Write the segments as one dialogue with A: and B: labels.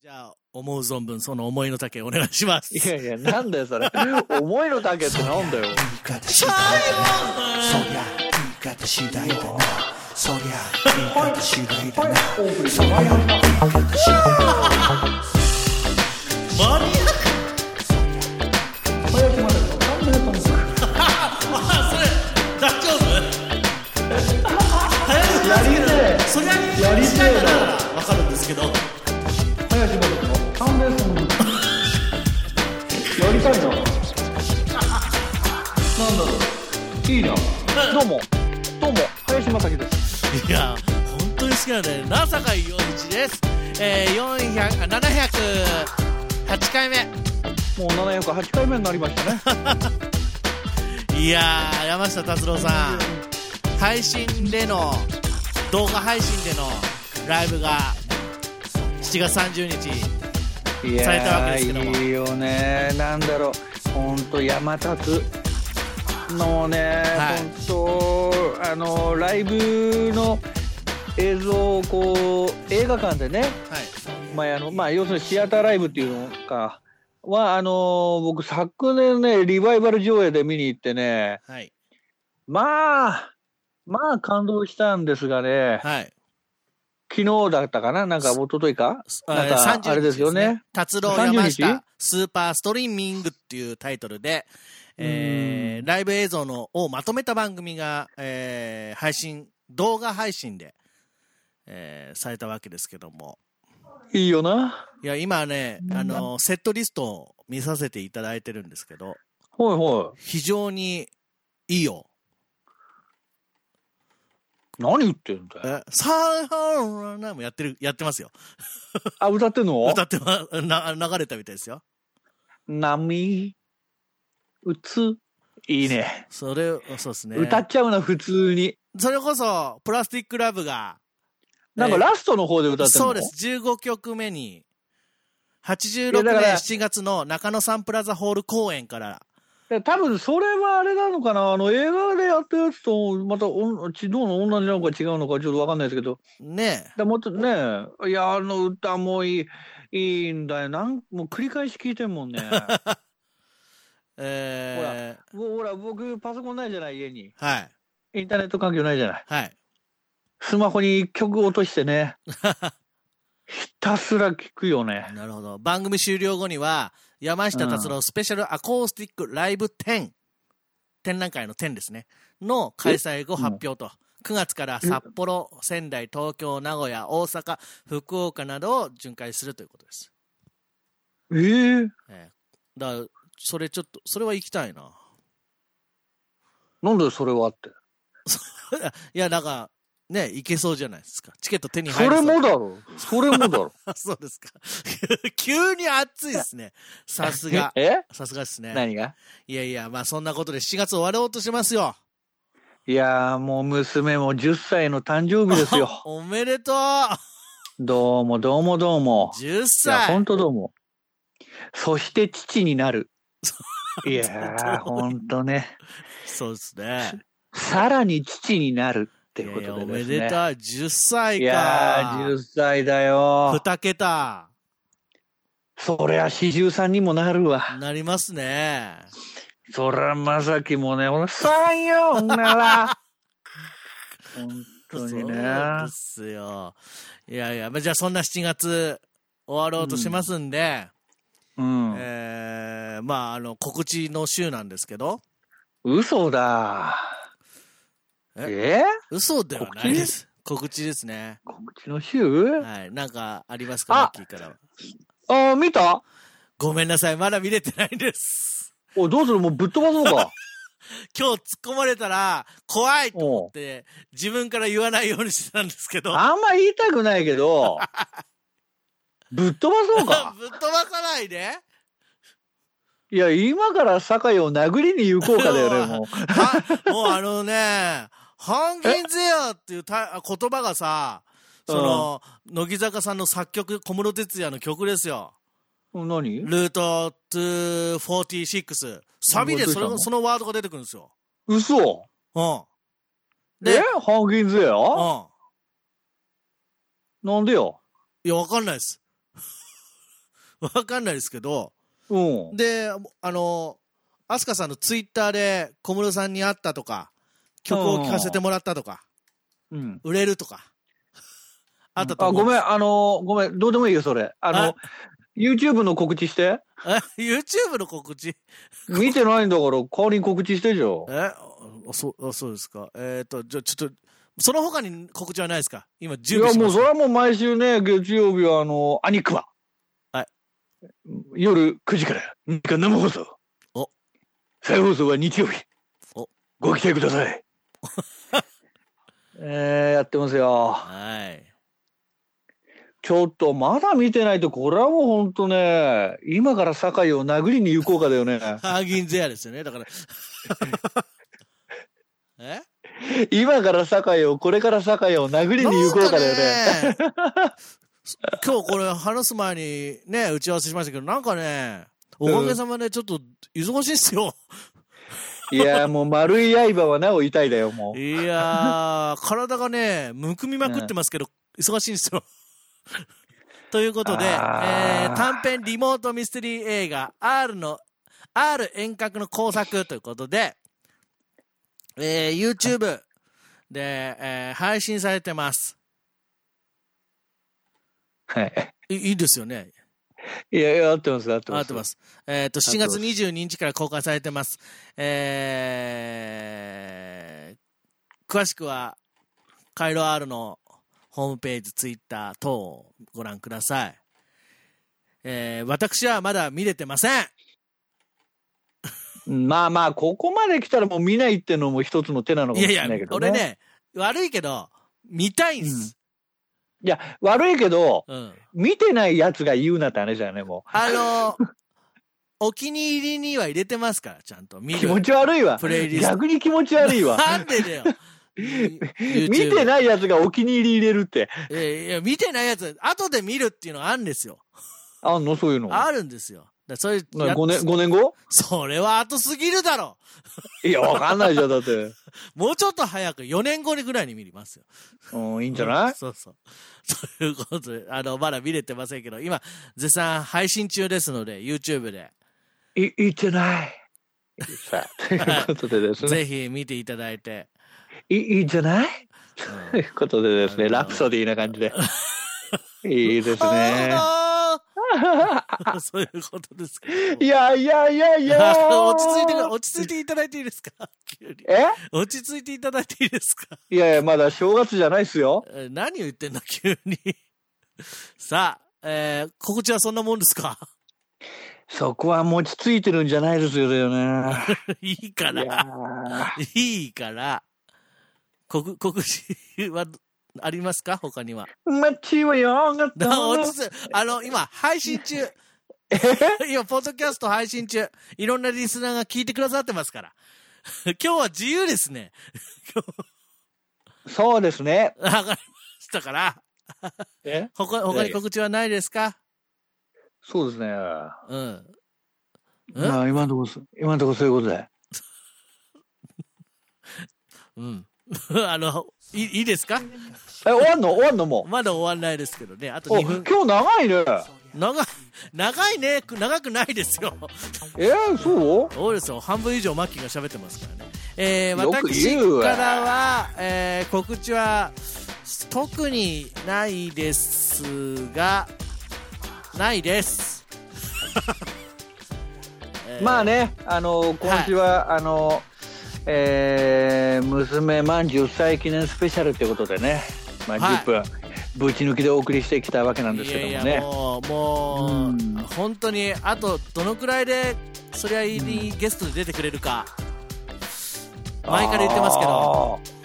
A: じゃあ、思う存分、その思いの丈お願いします。
B: いやいや、なんだよ、それ。思いの丈ってなんだよ。
C: 言い方次第だなそりゃ言い方次第だなそりゃ言い方次第だなそりゃ言い方次第だな
A: マニアック大丈夫
D: やりてえ
A: そりゃ
D: やりてえな
A: わかるんですけど
D: 林真理の勘弁すんのやりたいななんだろういいな
B: どうも。どうも、林正樹です。
A: いや本当に好きなんでなさか陽一ですえー、400あ708回目
B: もう708回目になりましたね。
A: いやー山下達郎さん配信での動画配信でのライブが7月30日
B: いやー
A: されたわけですけども
B: いいよねなんだろうほんと山立のね、
A: はい
B: ほんとあのライブの映像をこう映画館でね、
A: はい
B: まああのまあ、要するにシアターライブっていうのかはあの僕昨年ねリバイバル上映で見に行ってね
A: はい
B: まあまあ感動したんですがね
A: はい
B: 昨日だったかななんか一昨日かなんか
A: 30
B: あれですよね。
A: 達郎
B: 30
A: 山
B: 日
A: 下スーパーストリーミングっていうタイトルで、えーライブ映像のをまとめた番組が、えー配信、動画配信で、えーされたわけですけども。
B: いいよない
A: や、今ね、あの、セットリストを見させていただいてるんですけど、
B: ほいほ
A: 非常にいいよ。
B: い何言ってんだよ
A: え、サーハーラーもやってる、やってますよ。
B: あ、歌ってんの
A: 歌ってま、な、流れたみたいですよ。
B: 波、打つ。いいね。
A: それ、そうですね。
B: 歌っちゃうな、普通に。
A: それこそ、プラスティックラブが、
B: なんかラストの方で歌ってんの、
A: そうです。15曲目に、
B: いや
A: 86
B: だから
A: 年7月の中野サンプラザホール公演から、
B: で。多分それはあれなのかなあの映画でやったやつと、またおんちどうの同じなのか違うのかちょっとわかんないですけど。
A: ね
B: でもっとね、いや、あの歌もいい、いいんだよ。なんもう繰り返し聞いてんも んね。
A: え
B: もうほら、僕パソコンないじゃない、家
A: ー、
B: に。
A: はい、
B: インターネット環境ないじゃない。
A: はい。
B: スマホに一曲落として ね。ひたすら聞くよね。
A: なるほど。番組終了後には、山下達郎スペシャルアコースティックライブ10、展覧会の10ですね、の開催後発表と、9月から札幌、仙台、東京、名古屋、大阪、福岡などを巡回するということです。
B: ええ
A: えー、だから、それちょっと、それは行きたいな。
B: なんでそれはって。
A: いや、なんか、ね、いけそうじゃないですか。チケット手に
B: そ
A: 入る
B: れもだろ。それもだろ。。
A: そうですか。急に暑いですね。さすが
B: え
A: さすがですね。
B: 何が
A: いやいや、まあそんなことで7月終わろうとしますよ。
B: いやーもう娘も10歳の誕生日ですよ。
A: おめでとう
B: どうもどうもどうも。
A: !10
B: いや、ほ
A: 歳
B: んとどうも。そして父にな る。いやーほんとね。
A: そうですね。
B: さらに父になるっていうこ
A: いやいや
B: と
A: お
B: で
A: め
B: ですね。
A: でたい。10歳
B: いや
A: か。
B: ー、10歳だよ。
A: 2桁。
B: そりゃ四十三にもなるわ。
A: なりますね。
B: そりゃまさきもね、ほらさよう なら。ほんとに
A: そ
B: ね。
A: うですよ。いやいや、まあじゃあそんな7月終わろうとしますんで、
B: うん。
A: えーまあ、あの、告知の週なんですけど、
B: 嘘だ。え
A: 嘘ではないです。告知ですね。
B: 告知の週
A: はい。なんかありますか、
B: あ
A: ラッキーからは。
B: あー、見た
A: ごめんなさい。まだ見れてないです。
B: おどうするもうぶっ飛ばそうか。
A: 今日突っ込まれたら、怖いと思
B: おう
A: って、自分から言わないようにしてたんですけど、
B: あんま言いたくないけど、ぶっ飛ばそうか。
A: ぶっ飛ばさないで。
B: いや、今から酒井を殴りに行こうか だよね、もう。
A: はもうあのね、半減ゼアっていうた言葉がさ、その、乃木坂さんの作曲、小室哲哉の曲ですよ。
B: 何
A: ルート246。サビでそ
B: も
A: れ
B: う
A: そのワードが出てくるんですよ。
B: 嘘
A: うん。で
B: え、ハンギンゼ
A: う
B: よ
A: ん。
B: なんでよ
A: いや、わかんないです。 わかんないですけど、
B: うん。
A: で、あの、アスカさんのツイッターで小室さんに会ったとか、曲を聴かせてもらったとか、
B: うん。
A: 売れるとか、あったと
B: あ、
A: 思う
B: ごめん、あのー、ごめん、どうでもいいよ、それ。あ
A: あ
B: の、YouTube の告 知して。
A: え YouTube の告知
B: 見てないんだから、代わりに告知してじゃん。
A: えあそうあそうですか。えっ、と、じゃあちょっと、その他に告知はないですか今、
B: い
A: 準備
B: や、
A: し
B: も
A: ま
B: う
A: す
B: それはもう毎週ね、月曜日は、あの、アニクマ。
A: はい。
B: 夜9時から、日間生放送。
A: お
B: 再放送は日曜日。
A: お
B: ご期待ください。えー、やってますよ。
A: はい。
B: ちょっとまだ見てないと、これはもうほんとね、今から酒井を殴りに行こうかだよね。
A: ハーギンゼアですよね。だから。え
B: 今から酒井を、これから酒井を殴りに行こうかだよね。
A: なんかね今日これ話す前にね、打ち合わせしましたけど、なんかね、おかげさまでちょっと忙しいっすよ。
B: いや、もう丸い刃はなお痛いだよ、もう。
A: い やー、体がね、むくみまくってますけど、忙しいんですよ。 ということで、え
B: あー
A: ー短編リモートミステリー映画 R の、R 遠隔の工作ということで、えー YouTube で、えー配信されてます。
B: はい。
A: いいいですよね。
B: いやいや、合ってます、合ってます。
A: 合ってます。えっ、と、7月22日から公開されてます。えー、詳しくは、カイロ R のホームページ、ツイッター等をご覧ください。えー、私はまだ見れてません。
B: まあまあ、ここまで来たらもう見ないってのも一つの手なのか
A: い
B: も
A: やい
B: しれ
A: や
B: ないけ、どね。
A: 俺。ね、悪いけど、見たいんす。
B: いや、悪いけど、
A: うん。
B: 見てないやつが言うなって話だよね、も
A: あのー お気に入りには入れてますから、ちゃんと見
B: う。
A: る。
B: 気持ち悪いわ
A: プ。レイリスト。
B: 逆に気持ち悪いわ。
A: なんでだ よ。
B: 見
A: 見
B: てないやつがお気に入り入れるって。
A: いやいや、見てないやつ、後で見るっていうのがあるんですよ。
B: あんのそういうの。
A: あるんですよ。だからそういうや
B: な5年、五年後
A: それは後すぎるだろ
B: いや、わかんないじゃん、だって。
A: もうちょっと早く、4年後にぐらいに見れますよ。
B: うん、いいんじゃない
A: そうそう。 ということで、あの、まだ見れてませんけど、今、絶賛配信中ですので、YouTube で、
B: い、言ってない。さあ、ということでですね。
A: ぜひ見ていただいて。
B: い、いいんじゃな
A: う
B: い
A: ん
B: ということでですね、
A: なる
B: ラ
A: ほど
B: プソディーな感じで。いいですね。
A: あーそういうことですか。
B: いやいやいやい や。
A: 落ち着いてく、落ち着いていただいていいですか急に
B: え
A: 落ち着いていただいていいですか
B: いやいや、まだ正月じゃないっすよ。
A: えー何を言ってんの急に。 さあ、えー、告知はそんなもんですか
B: そこは持ちついてるんじゃないですよね。
A: いいか
B: いや
A: ら、いいから、告告知はありますか他には。
B: ーマッチはよかっ
A: だ
B: た。
A: 落ち着あの、今、配信中。 今、ポッドキャスト配信中。いろんなリスナーが聞いてくださってますから。 今日は自由ですね。
B: そうですね。
A: わかりましたから。
B: え
A: 他、他に告知はないですか
B: そうですね。
A: うん。え
B: まあ今のとこそ、今のとこそういうことで。
A: うん。 あの、いいいですか
B: え、終わんの終わんのも
A: まだ終わんないですけどね。あと
B: う。
A: 2
B: お、今
A: 分。
B: 日長いね。
A: 長い、長いね。長くないですよ。
B: えそう
A: そうですよ。半分以上マッキーが喋ってますからね。えー、
B: よく
A: 私
B: 言うわ
A: からは、えー、告知は、特にないですが、ないです。えー
B: まあ。ね、あの、今週は、あの、えー、娘満10歳記念スペシャルということでね、まあ、
A: はい
B: 10分、ぶち抜きでお送りしてきたわけなんですけども
A: い
B: ね。
A: やいや、もう、もう、
B: うん
A: 本当に、あと、どのくらいで、そりゃいいゲストで出てくれるか。前から言ってますけど。
B: あー。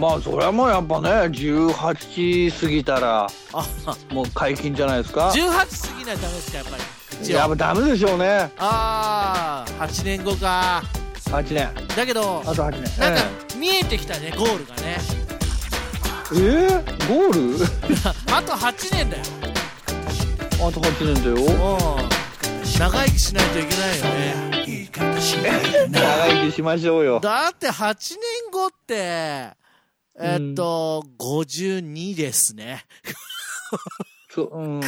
B: まあ、それはもうやっぱね、18時過ぎたら、
A: あ
B: もう解禁じゃないですか。
A: 18過ぎないとダメですかやっぱり一応
B: やっぱダメでしょうね。
A: ああ8年後か
B: 8年。
A: だけど
B: あと8年。
A: なんか見えてきたねゴールが ね
B: ええーゴール
A: あと8年だよ
B: あと8年だよ。
A: うん長生きしないといけないよね
C: 言い方しないでな
B: 長生きしましょうよ。
A: だって8年後ってえっと、52ですね
B: そう、うん。